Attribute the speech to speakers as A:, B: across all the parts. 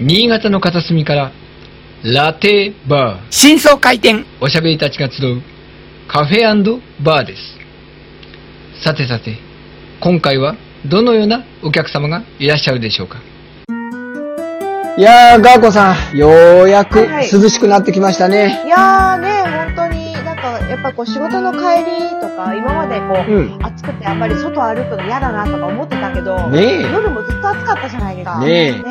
A: 新潟の片隅から、ラテバ
B: 真相回転
A: ー、おしゃべりたちが集うカフェバーです。さてさて、今回はどのようなお客様がいらっしゃるでしょうか
B: いやー、ガーコさん、ようやく
C: はい
B: 涼しくなってきましたね。
C: いやーね、本当に、なんか、やっぱこう、仕事の帰りとか、今までこう、
B: うん。
C: 暑くてあんまり外歩くの嫌だなとか思ってたけど、
B: ね
C: 夜もずっと暑かったじゃないですか。
B: え。ね
C: ね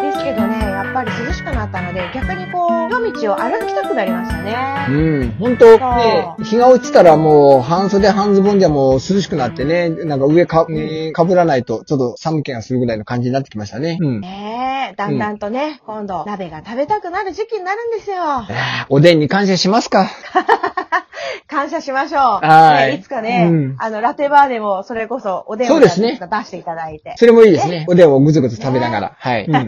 C: えですけどね、やっぱり涼しくなったので、逆にこう、夜道を歩きたくなりました
B: え。う
C: ね。
B: ん。本当ね日が落ちたらもう半袖半ズボンじゃもう涼しくなってね、なんか上か、ねかぶらないとちょっと寒気がするぐらいの感じになってきましたね。うん。
C: ねえ、だんだんとね、今度、鍋が食べたくなる時期になるんですよ。
B: おでんに感謝しますか。
C: 感謝しましょう。
B: はい
C: ねいつかね、
B: うん
C: あの、ラテバーでも、それこそ、おでん
B: そう
C: を
B: ですね
C: 出していただいて。
B: それもいいですね。おでんをぐずぐず食べながら。はい。うん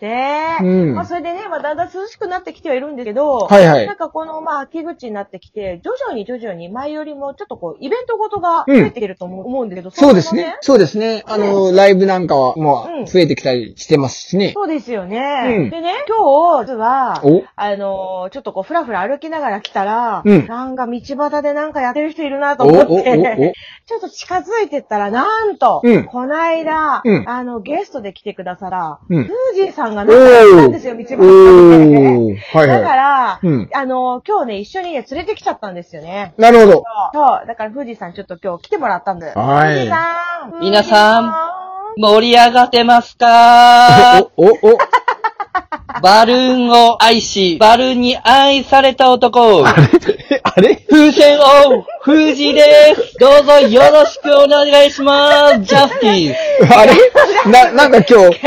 C: ねえ。
B: うん
C: まあ、それでね、まあ、だんだん涼しくなってきてはいるんですけど、
B: はいは
C: なん
B: い。
C: かこの、まあ、秋口になってきて、徐々に徐々に前よりも、ちょっとこう、イベントごとが増えてきてると思う思うんだけど、
B: そうです
C: れも
B: ね。そうですね。あの、ライブなんかはも
C: うん
B: う増えてきたりしてますしね。
C: そうですよね。
B: うん
C: でね、今日、実は、
B: お
C: あのーちょっとこう、ふらふら歩きながら来たら、
B: うん
C: なんか道端でなんかやってる人いるなと
B: おお
C: 思
B: お
C: って、
B: お
C: ちょっと近づいてったら、なんと、
B: うん
C: こないだ、
B: うん
C: あの、ゲストで来てくださら、
B: うん
C: スージーさんがなんかいたんですよ、道端で。
B: おーはい
C: だか
B: は
C: ら、
B: い。うん。
C: あのー今日ね、一緒にね、連れてきちゃったんですよね。
B: なるほど。
C: そう。だから、富士さんちょっと今日来てもらったんだよ。
B: はい
C: 富士さん。
D: 皆さん
C: ん。
D: 盛り上がってます か
B: お、お、お、
D: バルーンを愛し、バルーンに愛された男、
B: えあれ
D: 風船王、富士ですどうぞよろしくお願いしますジャスティス
B: あれな、なんか今日、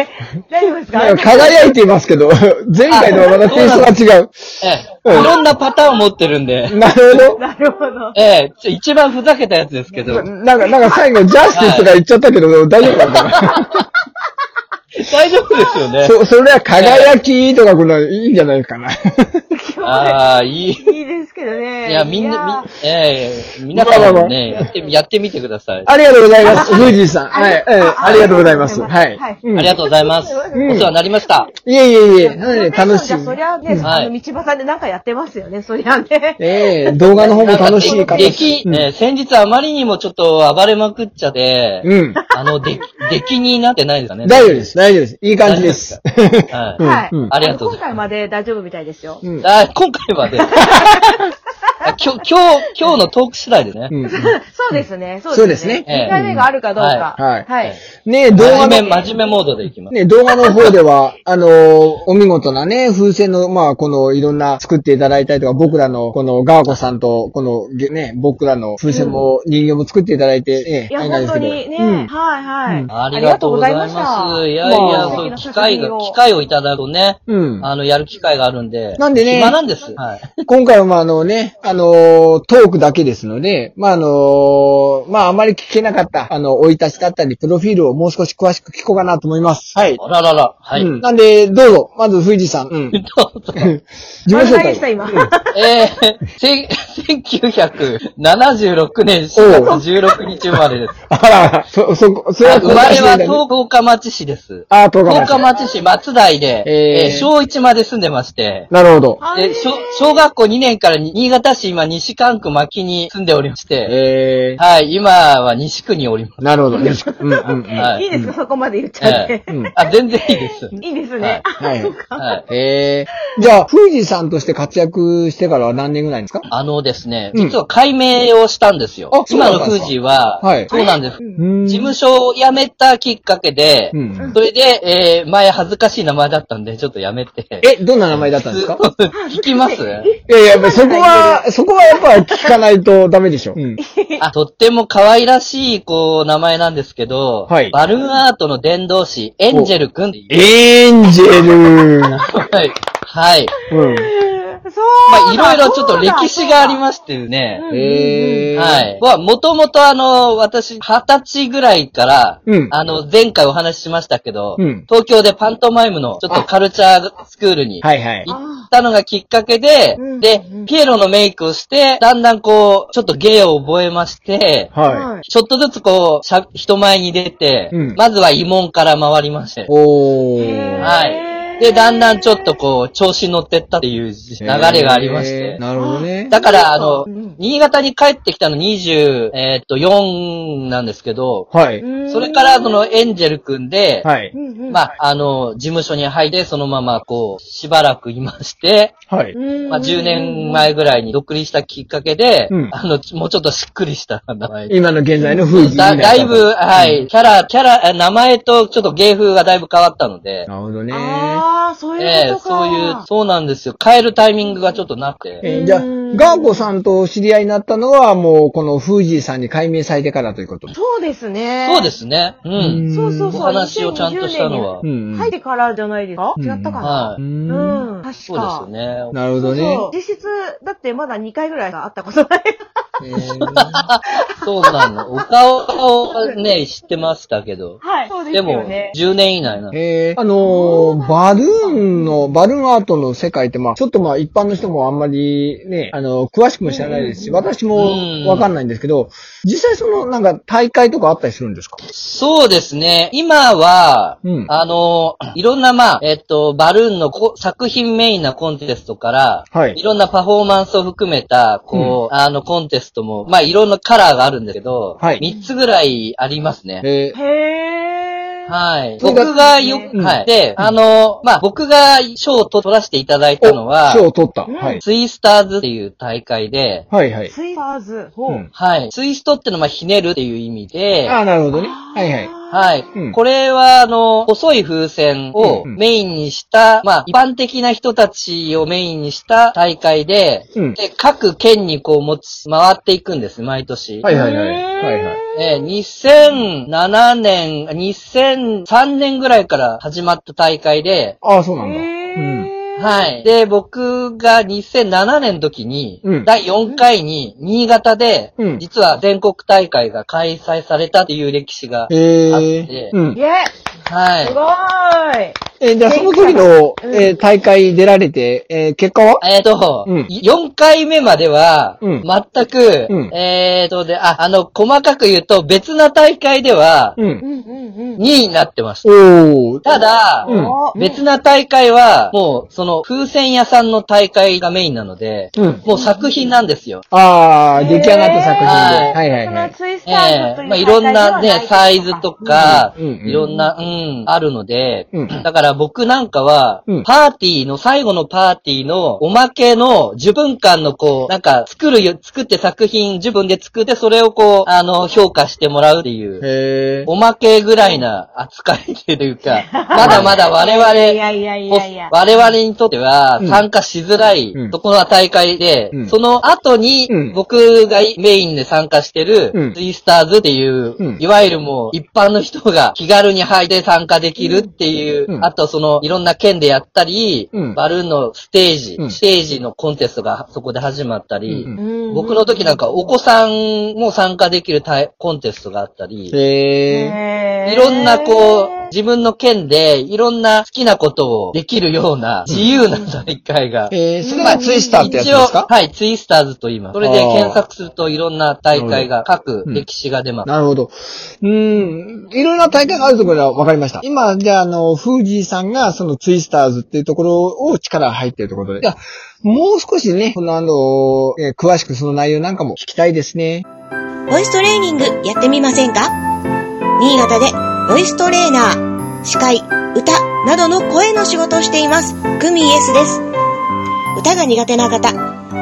C: 大丈夫ですか
B: なんか輝いていますけど、前回とはまたテイストが違う。
D: え
B: うん
D: え、いろんなパターンを持ってるんで、
B: なるほ
C: なるほど。
D: ええ、ちょ一番ふざけたやつですけ
B: ど。
D: ど、
B: なんか、なんか最後、ジャスティスとか言っちゃったけど、大丈夫かな
D: 大丈夫ですよね。
B: そ、それは輝きとかこのいいんじゃないかな。
D: ああ、いい。い
C: いいですけどね。
D: や、みんな、
C: い
D: み、ええ、皆さんもね、やってみ、やってみてください。あ
B: ありがとうございます。フージーさん。はい。ええありがとうございます。はい。うん
D: りがとうございます。お
C: うん
D: 世話になりました。
B: いえいえいえ、
C: や
B: なんで楽しい
C: じゃあ。そりゃね、
D: ん
C: あの、道端でなんかやってますよね、そりゃね。
B: ええ動画の方も楽しいから。
D: 出来、
B: うん
D: えー先日あまりにもちょっと暴れまくっちゃって、
B: うん。
D: あの、出来、 出来になってないですかね。
B: 大丈夫です。大丈夫です。いい感じです。
D: は
B: う
D: い。
B: ん
C: はい
B: うん。
D: ありがとうご
C: 今
D: ざいます
C: 回まで大丈夫みたいですよ。
B: うん
D: あ今回は ね、あ今日、今日、今日のトーク次第でね。
B: うん
C: そうですね、そ
B: そうですね
D: ええ
C: 2回目があるかどうか。
B: うんはい
C: はい。
B: ねえ、動画の
D: 真面目、真面目モードでいきます。
B: ね、動画の方では、 あのーお見事なね、風船の、まあ、この、いろんな作っていただいたりとか、僕らの、この、ガーコさんと、この、げね、僕らの風船も、人形も作っていただいて、
C: い
B: ええ、
C: や、
B: あれな
C: 本
B: んで
C: 当
B: すけど
C: にね、
B: うん
C: はいはい、
B: うん
D: ありがとうございます。いやいや、
B: まあ
D: そういう機
C: 素
D: 会
C: 敵な作
D: が
C: 品、を
D: 機会をいただくね。
B: うん。
D: あの、やる機会があるんで。
B: なんでね
D: 暇なんです。はい。
B: 今回は、まあ、あのね、あのートークだけですので、まあ、あのーまあ、あまり聞けなかった、あの、追い立ちだったり、プロフィールをもう少し詳しく聞こうかなと思います。はい。
D: あららら。はい。
B: うんなんで、どうぞ、まず、富士さん。うん。自
D: どうぞ。
B: 己
C: 丸
B: 紹
C: 投げした
B: 介。
C: 今。
D: えー、せん 1976年4月16日生まれです。
B: あら、そ、そこ、それは
D: 生まれは
B: トーク。
D: 東日町市です。
B: あー、トーク
D: 東日町市松台で、
B: えー
D: えー小一まで住んでまして、
B: なるほど。
C: はい
D: で小小学校2年から新潟市今西関区牧に住んでおりまして、
B: えー、
D: はい、今は西区におりま
B: なるほど。よろしく。うんうんうん。
D: はい
C: いいですか、そこまで言っち
D: す。
C: ゃって
D: え。えあ、全然いいです。
C: いいですね。
B: はい。
D: はい。
B: えー、じゃあ、富士山として活躍してからは何年ぐらいですか
D: あのですね、
B: うん
D: 実は改名をしたんですよ。
B: あそう
D: 今
B: なんです
D: の
B: か
D: 富士は、
B: はい
D: そうなんです。
B: 事
D: 事務所を辞めたきっかけで、
B: うん。
D: それで、えー前恥ずかしい名前だったんで、ちょっとやめて。
B: え、どんな名前だったんですか
D: 聞 きます
B: いやいや、まあそこは、そこはやっぱ聞かないとダメでしょ。うん。
D: あとっても可愛らしい、こう、名前なんですけど、
B: はい
D: バルーンアートの伝道師、エンジェル君っていう。
B: エンジェル。
D: はい。はい。
B: うん。
C: そう
D: ま
C: だ
D: あ、いろいろちょっと歴史があり
C: す。
D: ましてね。
B: えー。
D: はい。は、もともとあの、私、二十歳ぐらいから、
B: うん
D: あの、前回お話ししましたけど、
B: うん
D: 東京でパントマイムの、ちょっとカルチャースクールに、
B: はいはい。
D: 行ったのがきっかけで
C: うん、
D: で、ピエロのメイクをして、だんだんこう、ちょっと芸を覚えまして、
B: はい。
C: い。
D: ちょっとずつこう、しゃ人前に出て、
B: うん
D: まずは慰問から回りまして、
B: お
C: へ
B: ー。
C: ー
D: はい。で、だんだんちょっとこう、調子乗ってったっていう流れがありまして。
B: なるほどね。
D: だから、あの、
C: うん
D: 新潟に帰ってきたの24、えーっと、4なんですけど、
B: はい。
D: それから、その、エンジェル君で、
B: はい。
D: ま
C: まあ、
D: あ、あの、事務所に入って、そのまま、こう、しばらくいまして、
B: はい。
D: ま
C: ま
D: あ、10年。前ぐらいに独立したきっかけで、
B: うん
D: あの、もうちょっとしっくりした名前に。
B: 今の現在の風景
D: だだいぶ、はい、キャラ、キャラ、え名前とちょっと芸風がだいぶ変わったので、
B: なるほどね。
C: ああ、そういう
D: ええ
C: こと
D: そういう
C: か。、
D: そうなんですよ。変えるタイミングがちょっとなくて。
B: えーじゃあ、ガーコさんとお知り合いになったのは、もう、このフージーさんに解明されてからということ。
C: そうですね。
D: そうで。すね。うん。
C: そうそうそう。
D: お話をちゃんとしたのは
B: う。ん。
C: 入ってからじゃないですか
B: うん。
C: 違ったかな
D: はい。
C: うんん。確か。
D: そうですよね。
B: なるほ
C: そ
B: ど
C: う
B: ね。
C: そう。実質、だってまだ2回ぐらいがあったことない。
B: えー
D: そうなの。お顔をね、知ってましたけど。
C: はい。そうです
D: で
C: よ
D: も
C: ね、。
D: 10年以内なの。
B: えーあのーバルーンの、バルーンアートの世界って、まあ、ちょっとまあ、一般の人もあんまりね、あの、詳しくも知らないですし、私
D: うん
B: もわかんないんですけど、実際その、なんか、大会とかあったりするんですか
D: そうですね。今は、
B: うん
D: あの、いろんな、まあ、えっと、バルーンのこ作品メインなコンテストから、
B: はい
D: いろんなパフォーマンスを含めた、こう、あの、コンテストも、まあ、いろんなカラーがあるんだけど、
B: はい
D: 3つぐらいありますね。
B: えー
C: へー。
D: はい。
B: そう
D: 僕
B: だ
D: がよ、
C: うん
D: はい。で、あの、まあ、僕が賞を取らせていただいたのは、
B: 賞を取った。
C: うん
B: はい。
D: ツイスターズっていう大会で、
B: はいはい。
C: ツイスターズ。
B: う
C: ほう。
B: ん。
D: はい。ツイストってのはまあひねるっていう意味で、
B: ああ、なるほどね。
C: あー
B: はいはい。
D: はい。
B: うん
D: これは、あの、細い風船を
B: うんうん
D: メインにした、まあ、一般的な人たちをメインにした大会で、
B: うん。
D: で、各県にこう持ち、回っていくんです、毎年。
B: はいはいはい。
C: へー
B: はいはい。
D: えー2007年、2003年ぐらいから始まった大会で、
B: ああ、そうなんだ。うん。
C: へー。
D: はい。で、僕が2007年の時に、
B: うん
D: 第4回に新潟で、
B: うん
D: 実は全国大会が開催されたっていう歴史が、あっ
B: え
D: て
B: ー、うん
C: イ。ェ
D: は
C: イ
D: い
C: す。ごーい
B: えーじゃあその時の、えー大会出られて、えー結果は
D: えっ、と、
B: うん
D: 4回目までは、
B: うん
D: 全く、
B: うん
D: えっ、とで、あ、あの、細かく言うと、別な大会では、
B: うん。
C: んうん
D: 2位になってました。
B: おー。
D: ただ、
B: うん
C: お
D: 別な大会は、もう、その、風船屋さんの大会がメインなので、
B: うん。
D: もう作品なんですよ。
B: ああ、出来上がった作品で。
D: はい
B: はいはい
C: そ
B: は
C: の
B: い。
C: ツイス
D: え
C: ターズ
D: え
C: という
D: まあ、いろんな
C: 大会では
D: ね、
C: い
D: サイズとか、
B: うんうんうん
D: いろんな、うん、あるので、
B: うん
D: だから僕なんかは、
B: うん
D: パーティーの、最後のパーティーの、おまけの10分間のこう、なんか、作るよ、作って作品、自分で作って、それをこう、あの、評価してもらうっていう、
B: へー
D: おまけぐらいな扱いという か、まだまだ我々、
C: いやいやいやいや。
D: 我々にとっては
B: うん
D: 参加しづらい、
B: うん
D: そこの大会で、
B: うん
D: その後に
B: うん
D: 僕がメインで参加して
B: う
D: る
B: ん、
D: ツイスターズっていう、
B: うん
D: いわゆるもう一般の人が気軽に入って参加できるっていう、
B: うん
D: あとそのいろんな県でやったり、
B: うん
D: バルーンのステージ、
B: うん
D: ステージのコンテストがそこで始まったり、
B: うん
C: うん
D: 僕の時なんかお子さんも参加できる大コンテストがあったり、
B: へー
C: へー
D: いろんなこう、自分の県でいろんな好きなことをできるような自由な大会が。
B: えー、それがツイスターってやつで
D: 一
B: す
D: 応、
B: か
D: はい、ツイスターズと言います。それで検索するといろんな大会が、各
B: うん
D: 歴史が出ます。
B: なるほど。うん。いろいろな大会があるところは分かりました。今、じゃあ、あの、フージーさんが、そのツイスターズっていうところを力が入っているところで。いや、もう少しね、このあの、えー詳しくその内容なんかも聞きたいですね。
E: ボイストレーニングやってみませんか新潟でボイストレーナー、司会、歌などの声の仕事をしています。クミエスです。歌が苦手な方、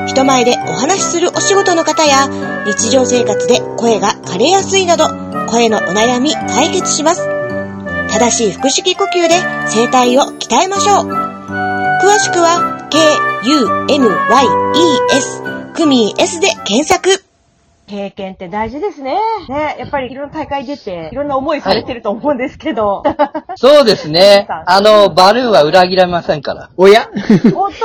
E: 人前でお話しするお仕事の方や、日常生活で声が枯れやすいなど、声のお悩み解決します。正しい腹式呼吸で声帯を鍛えましょう。詳しくは、k-u-m-y-e-s、クミエスで検索。
C: 経験って大事ですね。ね、やっぱりいろんな大会出て、いろんな思いされてると思うんですけど。
D: そうですね。
C: そう
D: あの、バルーンは裏切られませんから。
B: おや
C: おっと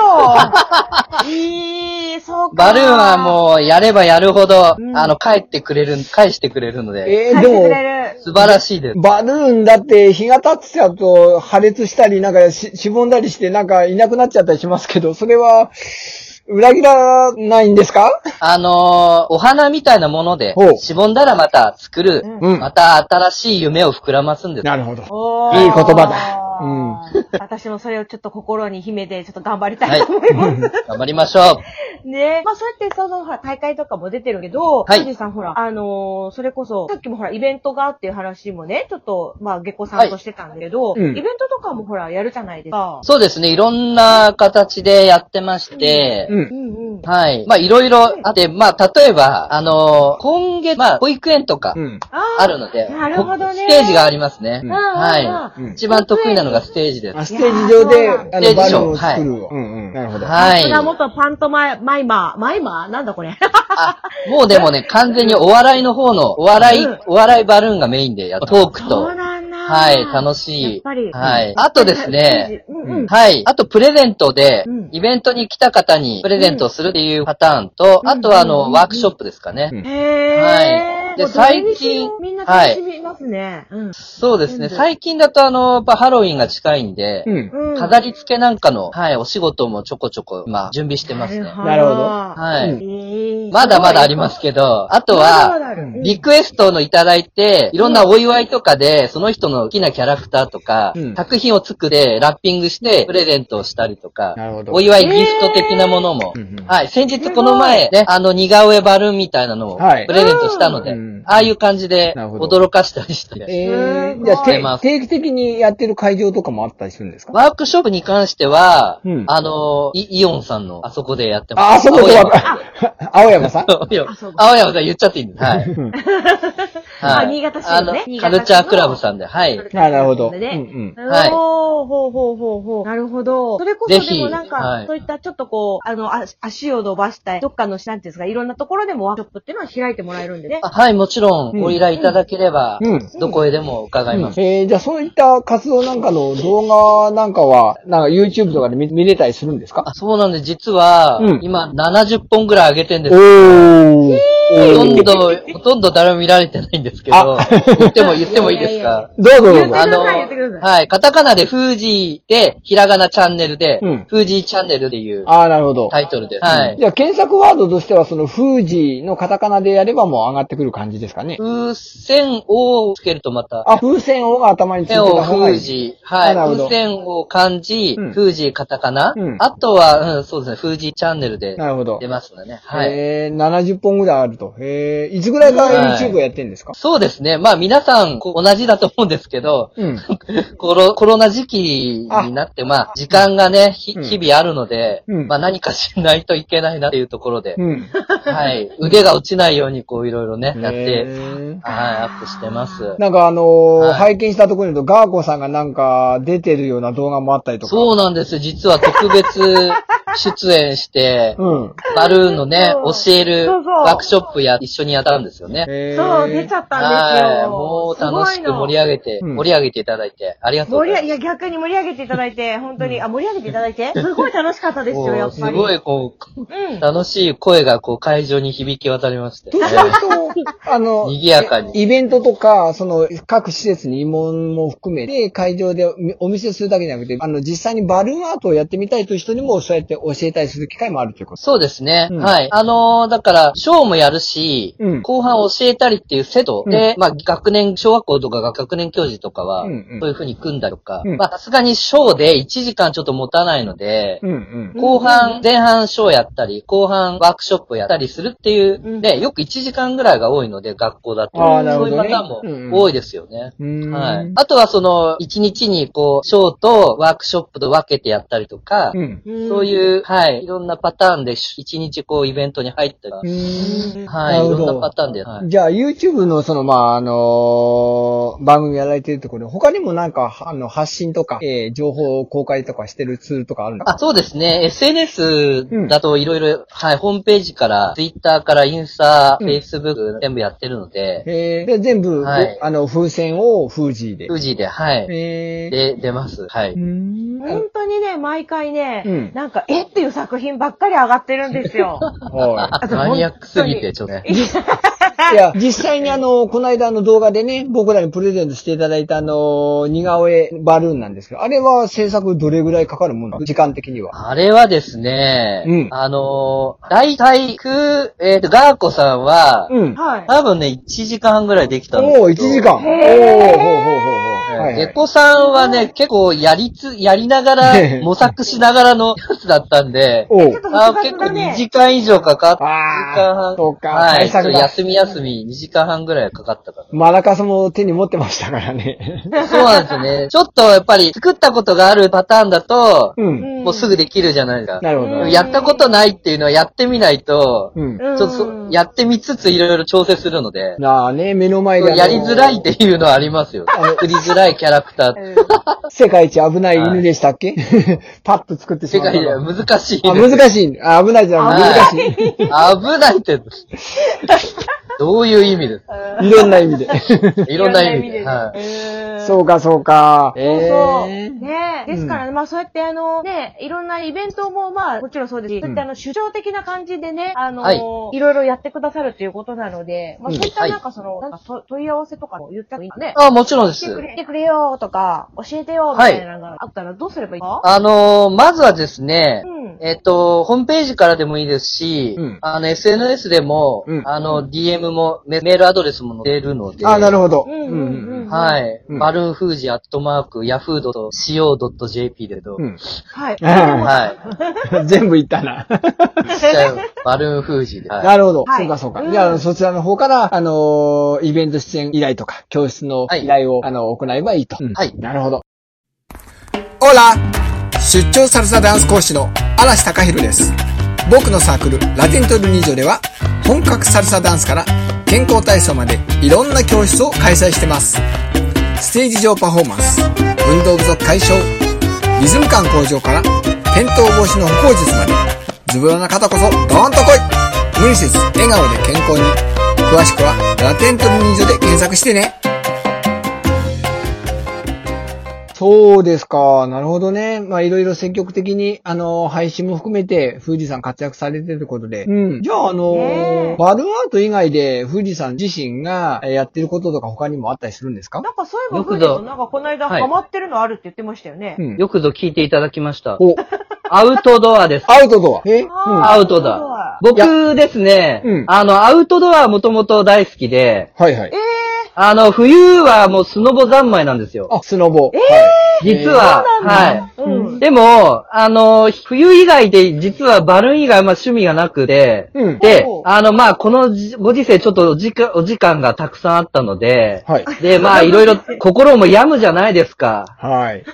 C: いい、そうか。
D: バルーンはもう、やればやるほど、
C: うん
D: あの、帰ってくれる、返してくれるので、
B: えー、
C: 返してく
B: でも、
C: れる。
D: 素晴らしいです。
B: バルーンだって日が経っちゃうと破裂したり、なんかし、しぼんだりして、なんかいなくなっちゃったりしますけど、それは、裏切らないんですか
D: あのーお花みたいなもので
B: ほう、
D: しぼんだらまた作る、
B: うん
D: また新しい夢を膨らますんです。
B: なるほど。
C: お
B: いい言葉だ
C: あー 私もそれをちょっと心に秘めて、ちょっと頑張り たいと思います。
D: 頑張りましょ う。
C: ねまあそうやって、その、ほら、大会とかも出てるけど、
D: はい
C: 富士さんほら、あのーそれこそ、さっきもほら、イベントがっていう話もね、ちょっと、まあ、下戸さんとしてたんだけど、
B: はいうん
C: イベントとかもほら、やるじゃないですか。
D: そうですね、いろんな形でやってまして、
B: う。
C: うんんうん。
D: はい。まあ、いろいろあって、まあ、例えば、あのー今月、まあ、保育園とか
B: うん。
C: あー
D: あるので、
C: なるほどね
D: ステージがありますね。
B: うん
D: は
B: うん
D: い。一番得意なのがステージです。
B: あ、ステージ上で、
C: いやー
B: あ
D: ス
B: の、
D: テージ上
B: バルーンを作る。
D: は
B: うんうん。なるほど。
D: はい。
C: これは元パントマイマイマー、マイマーなんだこれ。
D: あ、もうでもね、完全にお笑いの方の、お笑い、
C: うん
D: お笑いバルーンがメインでやっトークと
C: そう、なんだ。
D: はい、楽
C: やっ
D: しい。
C: ぱり
D: はい。あとですね、。
C: うんうん。
D: はい。あと、プレゼントで
C: うん、
D: イベントに来た方にプレゼントするっていうパターンと、
C: うん
D: あとは、あの、
C: うん
D: ワークショップですかね。
B: うん
C: へー。
D: はいで
C: もうどれにしろ
D: 最近
C: みんな楽しみますね。うん。
D: そうです
C: 全
D: ね。
C: 部
D: 最近だと、あの、やっぱハロウィンが近いんで、
B: うん。
C: うん
D: 飾り付けなんかの、はい、お仕事もちょこちょこ、今、準備してますね。
B: なるほど
D: は
B: う
D: い
B: ん。
D: まだまだあり
C: ま
D: ますけど、あと
C: まだまだ
D: は、
C: あるうん
D: リクエストのいただいて、いろんなお祝いとかで、その人の好きなキャラクターとか、
B: うん
D: 作品を作って、ラッピングして、プレゼントをしたりとか、
B: なるほど
D: お祝いギフト的なものも、
B: うんうん
D: はい、先日この前、ね、あの、似顔絵バルーンみたいなのを、プ
B: はい
D: レゼントしたので、
B: うん
D: ああいう感じで、
B: なるほど
D: 驚かしたりして。
B: えー、
C: すごい
B: じゃあ
D: やってま
B: て、定
D: す
B: 期的にやってる会場とかもあったりするんですか
D: ワークショップに関しては、
B: うん
D: あのイ、イオンさんの、あそこでやってます。
B: あ、あそこ
D: 青
B: そこ。
D: 山
B: 青山さん
D: 青山
C: そうか
D: 青山さん言っちゃっていいんです。は い。
B: うん
D: は
C: あ
D: い。
C: 新潟市のね
D: あ
C: 新潟
D: カ
C: 市の
D: ルチャークラブさんで、はい。
B: あなるほど。うんう
C: ね。
B: ん。
D: はい
C: おー、ほうほうほうほう。なるほど。それこそ
D: ぜ
C: で
D: ひ
C: もなん
D: は
C: か
D: い、
C: そういったちょっとこう、あの、あ足を伸ばしたい、どっかの、なんていうんですか、いろんなところでもワークショップっていうのは開いてもらえるんでね。
D: あはい、もちろん、ご依頼いただければ、
B: うん
D: どこへでも伺います。
B: えー、じゃあそういった活動なんかの動画なんかは、なんか YouTube とかで見見れたりするんですか
D: あそうなんで、実は、
B: うん
D: 今、70本ぐらい上げてんです。
B: ー。
D: ほと
B: お
D: ん
B: ー
D: ど、ほとんど誰も見られてないんですけど
B: あ、
D: 言っても、言ってもいいです
C: いやいやい
D: か
C: や
B: どうぞどうぞ
C: 言。っ
D: あ
C: てくだ
D: の、
C: さい言ってくださ
D: はい、カタカナで、フージーで、ひらがなチャンネルで、
B: うん
D: フージーチャンネルっていう
B: ああ、なるほど。
D: タイトルです。はい。
B: じゃあ検索ワードとしては、その、フージーのカタカナでやればもう上がってくる感じですかね。
D: 風船をつけるとまた、
B: あ、風船王が頭について
D: 風
B: た
D: 船を
B: 方がい
D: 封
B: い。
D: じ、は
B: あ
D: い。
B: なるほど
D: 風船を漢字
B: うん、
D: 封じカタカナ
B: うん。
D: あとは、うん、そうですね、封じチャンネルで
B: なるほど
D: 出。ますのでね。はい。
B: えー、70本ぐらいあると。えー、いつぐらいから YouTube をやってんですか、
D: そうですね。まあ皆さん、こう同じだと思うんですけど、
B: うん。
D: コロコロナ時期になって、まあ、時間がね、ひ
B: うん
D: 日々あるので、
B: うん
D: まあ何かしないといけないなっていうところ で、
B: うん。
D: はい。腕が落ちないように、こういろいろね、やっ
B: え
D: て、
B: ー
D: はい、アップしてます。
B: なんかあのー
D: はい
B: 拝見したところによると、ガーコさんがなんか出てるような動画もあったりとか。
D: そうなんです。実は特別出 演して、
B: うん。
D: バルーンのね、
C: そ
D: 教える
C: そうそう
D: ワークショップや一緒にやったんですよね。
B: え
C: そう、出ちゃったんです
D: はい。
C: よ。
D: もう楽しく盛り
C: 上
D: 上げて、
B: うん
D: 盛り上げていただいて、ありがとうござ
C: 盛り
D: い
C: 上い
D: ま。
C: や、逆に盛り上げていただいて、本当に、あ、盛り上げていただいて、すごい楽しかったですすよ、
D: も
C: や
D: う
C: っ
D: す
C: ぱり。
D: ごいこう、
C: うん。
D: 楽しい声がこう会場に響き渡りまして、
B: そうす
D: ね
B: ると、あの、
D: 賑やかに。
B: イベントとか、その、各施設に慰問も含めて、会場でお見せするだけじゃなくて、あの、実際にバルーンアートをやってみたいという人にも、そうやって教えたりする機会もあるということ。
D: そうですね。
B: うん
D: はい。あのーだから、ショーもやるし、
B: うん
D: 後半教えたりっていうセットで、まあ、学年、小学校とかが学年教授とかは、
B: うんうん
D: そういう風に組んだりとか、
B: うん
D: まあ、さすがにショーで1時間ちょっと持たないので、
B: うんうん。
D: 後半、前半ショーやったり、後半ワークショップやったりするっていうう、
C: ん
D: で、よく1時間ぐらいが多いので、学校だと。
B: あーなる
D: そ
B: ほ
D: うい
B: ど
D: う
B: ね
D: パターンも多いですよね。
B: うん
D: はい。あとはその、1日にこう、ショーとワークショップと分けてやったりとか、
B: うん。
D: そう
C: うん。
D: いう、はい、いろんなパターンで1日こう、イベントに入ったり、
B: うん
D: はい、
B: ないるほど
D: ろんなパターンで、はい
B: じゃあ、YouTube のその、まあ、あのー番組やられてるところで、他にもなんか、あの、発信とか、えー情報公開とかしてるツールとかあるんだ
D: あ、そうですね。SNS だといろいろ、はい、ホームページから、Twitter からインスタ、
B: うん
D: Facebook 全部やってるので、
B: えー、で、全部、
D: はい
B: あの、風船をフージーで。
D: 富士で、はい。
B: えー、
D: で、出ます。はい。
B: うん
C: 本当にね、毎回ね、
B: うん
C: なんか、えっていう作品ばっかり上がってるんです よ。
B: はい。
C: あと
D: マニアックすぎて、ちょっとね。
B: いや、実際にあの、この間あの動画でね、僕らにプレゼントしていただいたあの、似顔絵バルーンなんですけど、あれは制作どれぐらいかかるもんなの時間的には。
D: あれはですね、
B: うん
D: あのー、大体、く、えっ、と、ガーコさんは、
B: う ん。
C: はい。
D: 多分ね、1時間半ぐらいできたんですけど
B: おお、1時間。おおーほうほうほうほう。
D: えー
B: ははいは
D: ゲ
B: い。
D: コさんはね、結構やりつ、やりながら、模索しながらのやつだった んで、
B: お
C: ちょっ
B: う。
C: と
D: あ
C: 複
D: ー
C: 雑
D: 結構
C: だ
D: 2
C: ね。
D: 時間以上かかった。
B: ああ、そうか、
D: はい、
B: 対
D: ちょっと
B: 策だ。
D: 休み休み2時間半ぐらいかかったか
B: マラカスも手に持ってましたからね。
D: ら。そうなんですね。ちょっとやっぱり作ったことがあるパターンだと、
B: うん。
C: ん
D: もうすぐできるじゃないですか。
B: なるほど。
C: うん
D: やったことないっていうのはやってみないと、
B: うん。
D: ちょっとそやってみつついろいろ調整するので、
B: なあね、目の前で。
D: やりづらいっ。ていうのはありますよ。作りづらいキャラクター。
C: うん
B: 世界一危ない犬でしたっけ パッと作ってし
D: 世
B: まった
D: 界では
B: の。
D: 難しい。
B: あ、難しい。あ、危ないじゃん。
D: はい
B: 難しい。
D: 危ない って、どういう意味ですか
B: いろんな意味で。
D: いろんな意味で。はい
C: い
B: そうか、そうか。
C: そ
B: え
C: うそう。
B: ー
C: ねえ。ですから、まあそうやってあの、ねいろんなイベントもまあもちろんそうですし、そうやってあの、主張的な感じでね、あの、
D: はい
C: い、ろいろやってくださるっていうことなので、まあ
B: うん
C: そういったなんかその、
D: はい
C: なんかと問い合わせとかも言ったらいいかね。
D: あ、もちろんで
C: 来て
D: す
C: く。れ来てくれよとか、教えてよみたいなのがあったらどうすればいいか、
D: あのーまずはですね、
C: うん。
D: えっと、ホームページからでもいいですし、
B: うん
D: あの、SNS でも、
B: うん
D: あの、DM もメ、メールアドレスも載ってるので、
B: あ、なるほど。
C: うんうんうん
D: はい。
B: うん
D: バルーンフージアットマーク、ヤフー .co.jp でどう、
B: うん
C: はい。
D: は い。
B: 全部言ったな。
D: ちっちゃ いバルーンフージで。はい
B: なるほど。
C: はい
B: そうか、そうか。
C: うん
B: じゃあ、そちらの方から、あのーイベント出演依頼とか、教室の依頼を、あの、行えばいいと。うん
D: はい
B: なるほど。オラ出張サルサダンス講師の嵐隆弘です。僕のサークル、ラテントル2条では、本格サルサダンスから健康体操までいろんな教室を開催してます。ステージ上パフォーマンス、運動不足解消、リズム感向上から転倒防止の歩行術まで、ズブラな方こそドーンと来い無理せず笑顔で健康に。詳しくは、ラテントル2条で検索してね。そうですか。なるほどね。まあ、いろいろ積極的に、あの、配信も含めて、富士山活躍されてるということで。うん。じゃあ、あの、
C: ねえ
B: バルーンアート以外で、富士山自身がえーやってることとか他にもあったりするんですか
C: なんかそういえば、
D: よ
C: ふ
D: く
C: う
D: ぞ
C: となんかこの間
D: はい
C: ハマってるのあるって言ってましたよね。
B: うん。
D: よくぞ聞いていただきました。
B: お、
D: アウトドアです。
B: アウトドア。え
C: あ
D: アウト
C: アウトドア
D: だ。僕ですね、
B: うん
D: あの、アウトドアもともと大好きで、
B: はいはい。
D: あの、冬はもうスノボ三昧なんですよ。
B: あ、スノボ。え
D: 実は、はい。
C: うん。
D: でも、あの、冬以外で、実はバルーン以外はまあ趣味がなくて、
B: うん。
D: で
C: ほう、
D: あの、まあ、このじご時世ちょっとお時間お時間がたくさんあった ので、
B: はい。
D: で、まあ、いろいろ心も病むじゃないですか。
B: はい。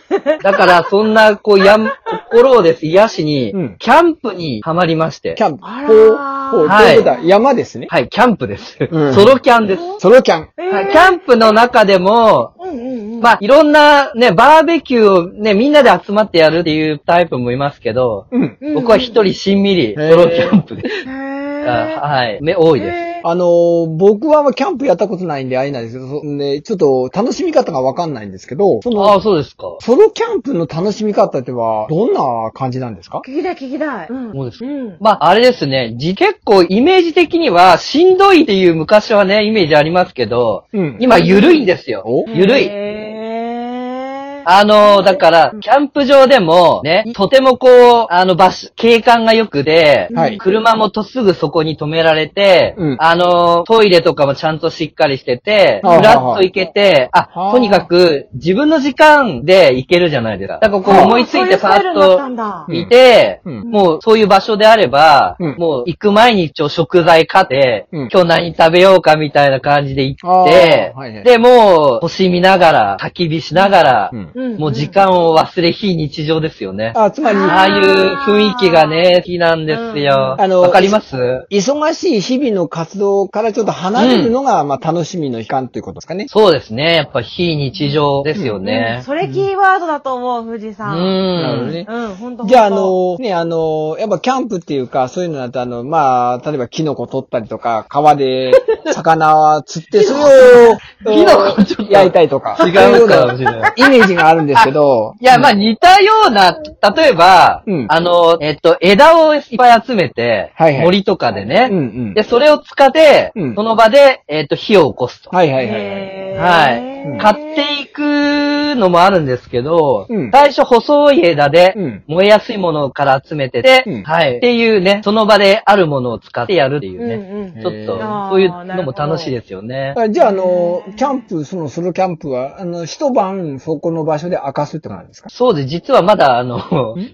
D: だから、そんな、こう、やむ、心をです、癒しに、
B: うん
D: キャンプにハマりまして
B: キ。ャンプ。
C: あら
B: ほう、ほう、どう
D: は
B: い
D: い
B: うことだ山ですね。
D: はい、キャンプです。
B: うん
D: ソロキャンです。
B: ソロキャン。
C: え
D: はい、
C: ー
D: キャンプの中でも、
C: うんうんうん。
D: まあ、いろんなね、バーベキューをね、みんなで集まってやるっていうタイプもいますけど、
B: うん。
C: うん
D: 僕は一人しんみり、ソ
B: ー
D: ロキャンプで、
C: へー
D: あはい、め多いです。
C: へー
B: あのー僕はキャンプやったことないんで、あれなんですけど、そんで、ちょっと楽しみ方がわかんないんですけど、そ
D: ああ、
B: の、
D: そうですか。
B: ソロキャンプの楽しみ方っては、どんな感じなんですか
C: 聞きたい聞きたい。うん
D: そうです
C: うん。
D: まあ、あれですね、じ結構イメージ的には、しんどいっていう昔はね、イメージありますけど、
B: うん。
D: 今、ゆるいんですよ。
B: お
D: ゆるい。
C: へー
D: あのーだから、キャンプ場でも、ね、とてもこう、あの、場所、景観が良くで、
B: はい
D: 車もとすぐそこに止められて、
B: うん
D: あのートイレとかもちゃんとしっかりしてて、
B: はあはあ
D: ふらっと行けて、
B: はあ
D: あ、とにかく、自分の時間で行けるじゃないですか。だからこう
B: はあ
D: 思いついてパ
C: そういうスタ
D: ーッ
C: イルになったん
D: と、
C: だ
B: う。ん
D: いて、
B: うん
D: もうそういう場所であれば、
B: うん
D: もう行く前に一応食材買って、
B: うん
D: 今日何食べようかみたいな感じで行って、
B: あーはいはい
D: で、もう星見ながら、焚き火しながら、
B: うん。
C: うん
D: もう時。間を忘れ非日常ですよね。
B: あ、つまり、
D: ああいう雰囲気がね、好きなんですよ。
B: うんあの
D: わかります
B: 忙しい日々の活動からちょっと離れるのが、まあ、楽しみの期間ということですかね。
D: そうですね。やっぱ非日常ですよ
C: うん
D: ね。
C: それキーワードだと思う、富士
D: う
C: 山。うん。
B: なるほど
D: ん。
B: ね。
C: ほんとほんと。
B: じゃあ、あの、ね、あの、やっぱキャンプっていうか、そういうのだと、あの、まあ、例えばキノコ取ったりとか、川で魚は釣 って、それを、
D: キノコちょっと
B: 焼いたりとか。
D: 違うかもしれない。
B: イメージがあるんですけ ど、
D: いや、まあ似たような、例えば、
B: うん
D: あの、えっと、枝をいっぱい集めて、
B: はいはい
D: 森とかで
B: うんう
D: ね、
B: ん
D: で、。それを使って、
B: うん
D: その場で、えっと、火を起こすと。
B: はいはいはいはい。
C: へ
D: はい
B: うん
D: 買っていくのもあるんですけど、
B: うん
D: 最初細い枝で、
B: うん
D: 燃えやすいものから集めてて、
B: うん
D: はい。っていうね、その場であるものを使ってやるっていう
C: うん
D: ね。
C: うん。
D: ちょっと
B: へ
C: ー、
D: そういうのも楽しいですよね。
B: あじゃあ、あの、キャンプ、そのソロキャンプは、あの、一晩そこの場所で明かすってことなんですか
D: そうです。実はまだ、あの、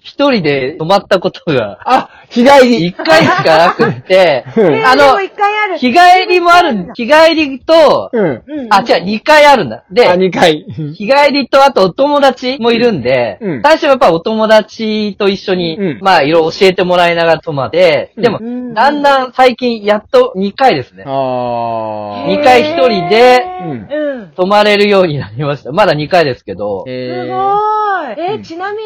D: 一人で泊まったことが、
B: あ、日帰
D: 一
B: り。
D: 回しかなくって、
B: うん
D: あ
C: でも
D: の
C: 一、回ある。
D: 日帰りもある、日帰りと、
B: うん。
C: うん。
D: あ、違う、二回あるんだ。で、
B: あ、二 回。
D: 日帰りと、あとお友達もいるんで、
B: うん
D: 最初はやっぱお友達と一緒に、
B: うん
D: まあ、いろいろ教えてもらいながら泊まって、でも、
C: うん
D: だんだん最近、やっと2回ですね。
B: あ
D: 二回一人で
B: うん
C: うん。
D: 泊まれるようになりました。 まだ2回ですけど、
C: すご
B: え
C: い。え
B: うん
C: ー、ちなみ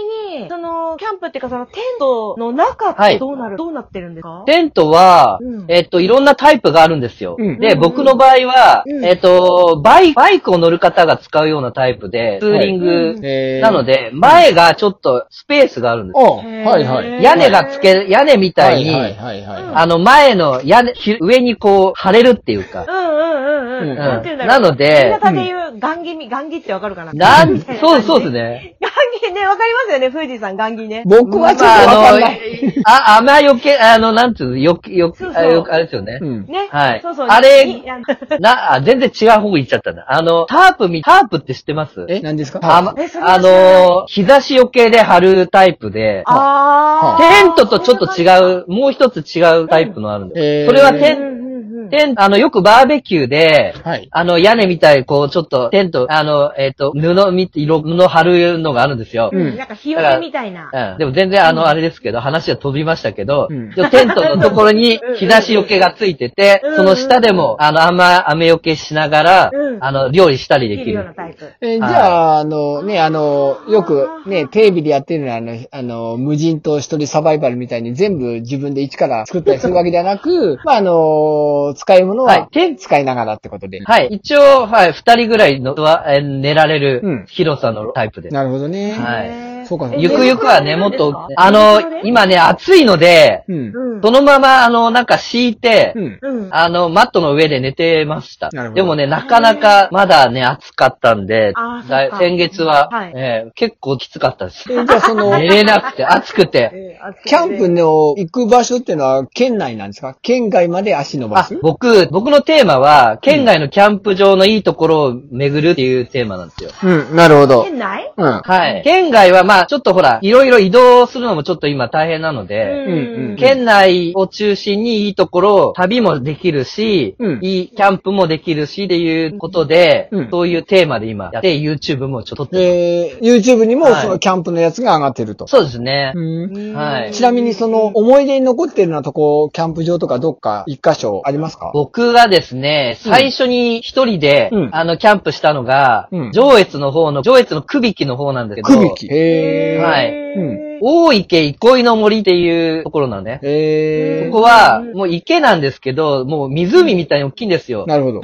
C: に、その、キャンプっていうか、その、テントの中っ
D: は
C: て
D: い
C: どうなる、どうなってるんですか
D: テントは、
C: うん
D: えっと、いろんなタイプがあるんですよ。
B: うん
D: で、僕の場合は、
C: うん
D: えっと、バイ、バイクを乗る方が使うようなタイプで、ツーリン
C: うん
D: グ、
B: え
D: なの
B: で、
D: で、前がちょっとスペースがあるんです
B: あ、。はいはい。
D: 屋根がつけ、屋根みたいに、
B: はいはいはいはい。
D: あの、前の屋根、ひ上にこう、貼れるっていうか
C: う。んうんうん
B: う
C: うんん。
D: な
C: なんていうんだろう。
D: ので、
C: 新潟で言う、ガンギミ、ガンギってわかるかな
D: なん、そう、そうで す。ね。
C: ガンギね、わかりますよね、富士山ガンギね。
B: 僕はちょっと
D: ま
B: わか
D: あ、あ
B: ん
D: の
B: ない。、
D: あ、雨よけ、あの、なんつうの、よけ、よけ、
C: そうそう
D: あよけあれですよね。
B: うん。
C: ね。
D: はい
C: そうそう。
D: あれ
C: にあの
D: な、あ、全然違う方向行っちゃったんだ。あの、タープみ、タープって知ってます
B: え、何ですか
D: あ、ま
C: えそれ
D: あ
C: は知らない
D: の、日差しよけで貼るタイプで、
C: あー
D: テントとちょっと違う、もう一つ違うタイプのあるん
B: うんへー
D: です。それは
C: う
D: テ
C: ん
D: ン、
C: うんうん。
D: テン、あの、よくバーベキューで、
B: はい。
D: あの、屋根みたい、こう、ちょっと、テント、あの、えっ、と、布み、色、布貼るのがあるんですよ。
B: う
D: うんん。
C: うんなんか日よけみたいな。
D: でも全然、あの、あれですけど、話は飛びましたけど、
B: うん
D: でもテントのところに
C: うん
D: 日差しよけがついてて
C: うん、
D: その下でも、あの、雨、雨よけしながら、
C: うん
D: あの、料理したりで
C: 切
D: き
C: るよう
D: る
C: な。タイプ。
B: えーじゃあ、あの、ね、あの、よくね、テレビでやってるのは、あの、あの、無人島一人サバイバルみたいに全部自分で一から作ったりするわけではなく、まあ、あの、使い物
D: はい
B: は、使いながらってことで。
D: はい。一応、はい、二人ぐらいの、はえー寝られ
B: うん
D: る広さのタイプです。
B: なるほどね。
D: はい
C: い
B: そうかそうか
D: ゆくゆくはね、もっと、あの、、
C: え
D: 今ね、暑いので、
B: うん。
C: うん
D: そのまま、あの、なんか敷いて、
B: うん。
C: うん。
D: あの、マットの上で寝てました
B: なるほ。ど
D: でもね、なかなかまだね、暑かったんで
C: あーそっ、か
D: だい先月は、
C: はい
D: えー結構きつかったです。
B: えーじゃあ、そ の、
D: 寝れなくて、暑くて。
C: えー
B: キャンプの行く場所っていうのは県内なんですか県外まで足伸ば
D: あ
B: す、
D: 僕、僕のテーマは、県外のキャンプ場のいいところを巡るっていうテーマなんですよ。
B: うん、なるほど。
C: 県内
B: うん。
D: はい。県外は、まあ、ちょっとほら、いろいろ移動するのもちょっと今大変なの
C: う
D: で、
B: うん
C: ん。
D: 県内を中心にいいところを旅もできるし、
B: うん
D: いいキャンプもできるしっていうことで、
B: うん
D: そういうテーマで今やって、YouTube もちょっと撮ってます
B: えー、YouTube にも
D: はい
B: そのキャンプのやつが上がってると。
D: そうですね。
B: うん
D: はい。
B: ちなみにその思い出に残ってるようなとこ、キャンプ場とかどっか一箇所ありますか
D: 僕がですね、
B: うん
D: 最初に一人で、
B: うん
D: あの、キャンプしたのが、
B: うん
D: 上越の方の、上越のくびきの方なんですけど、
B: くびき。へー。
D: はい
B: うん
D: 大池憩いの森っていうところなのね。
B: へ
D: こ
B: ー。
D: こは、もう池なんですけど、もう湖みたいに大きいんですよ。
B: なるほど。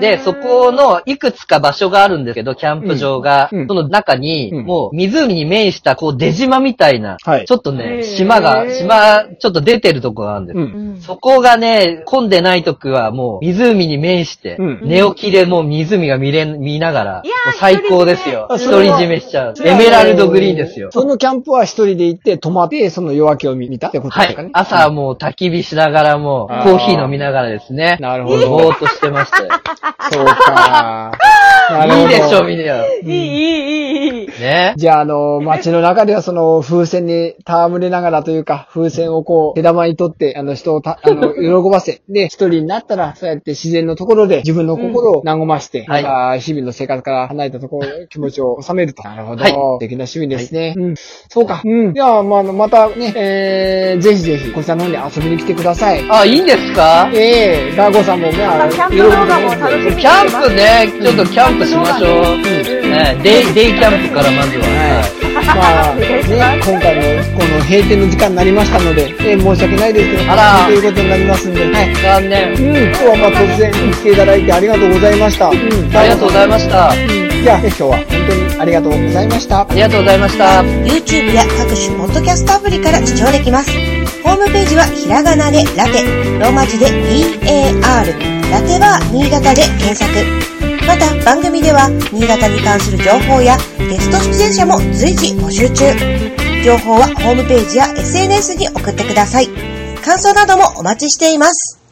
D: で、そこ、のいくつか場所があるんですけど、キャンプ場が、
B: うんうん
D: その中に、
B: うん
D: もう湖に面した、こう、出島みたいな、
B: はい
D: ちょっと
C: へ
D: ね、
C: ー
D: 島が、島、ちょっと出てるとこがあるんです
B: う
D: よ。
B: ん。
D: そこがね、混んでない時はもう湖に面して、
B: うん
D: 寝起きでもう湖が見れ、見ながら、
C: いやー
D: もう最高ですよ。
B: 一
D: 一
B: 人で
D: 人占めしちゃう。
B: それは
D: エメラルドグリーンですよ。
B: そのキャンプは一人で行って泊まって、その夜明けを見たってこと
D: は
B: ですか
D: い
B: ね。。
D: 朝はもう焚き火しながらもう、
B: あー
D: コーヒー飲みながらですね。
B: なるほど
D: ぼーっとしてましたよ。
B: そうか。 なるほど
D: いいでしょ、みんな。
C: いい、いい、いい、いい。
D: ね。
B: じゃあ、あの、街の中ではその風船に戯れながらというか、風船をこう、手玉に取って、あの、人を た、あの、喜ばせ。で、一人になったら、そうやって自然のところで自分の心を和まして、
D: はい
B: なんか日々の生活から離れたところ、気持ちを収めると。なるほ
D: どはい
B: 素敵な趣味ですね。うん。そうか。うん。じゃあ、まあ、あの、またね、えー、ぜひぜひ、こちらの方に遊びに来てください。
D: あ、いいんですか
B: ええー、ガーゴさんも、まあ、
C: キャンプ動画も楽しみにしてます
D: キャンプね、ちょっとキャンプしましょう。
C: うん
D: ねデイ、デイキャンプからまずは。はい
B: まあ、ね、今回のこの閉店の時間になりましたので、えー申し訳ないですけど、
D: あら
B: ということになりますんで、はい。
D: 残念。
B: うん、今日はまあ突然来ていただいてありがとうございました。うん、
D: ありがとうございました。あ
B: す。じゃあ、今日は本当にありがとうございました。
D: りがとうございました。
E: YouTube や各種ポッドキャストアプリから視聴できます。ホームページはひらがなでラテ、ローマ字で DAR、ラテは新潟で検索。また番組では新潟に関する情報やゲスト出演者も随時募集中情報はホームページや SNS に送ってください感想などもお待ちしています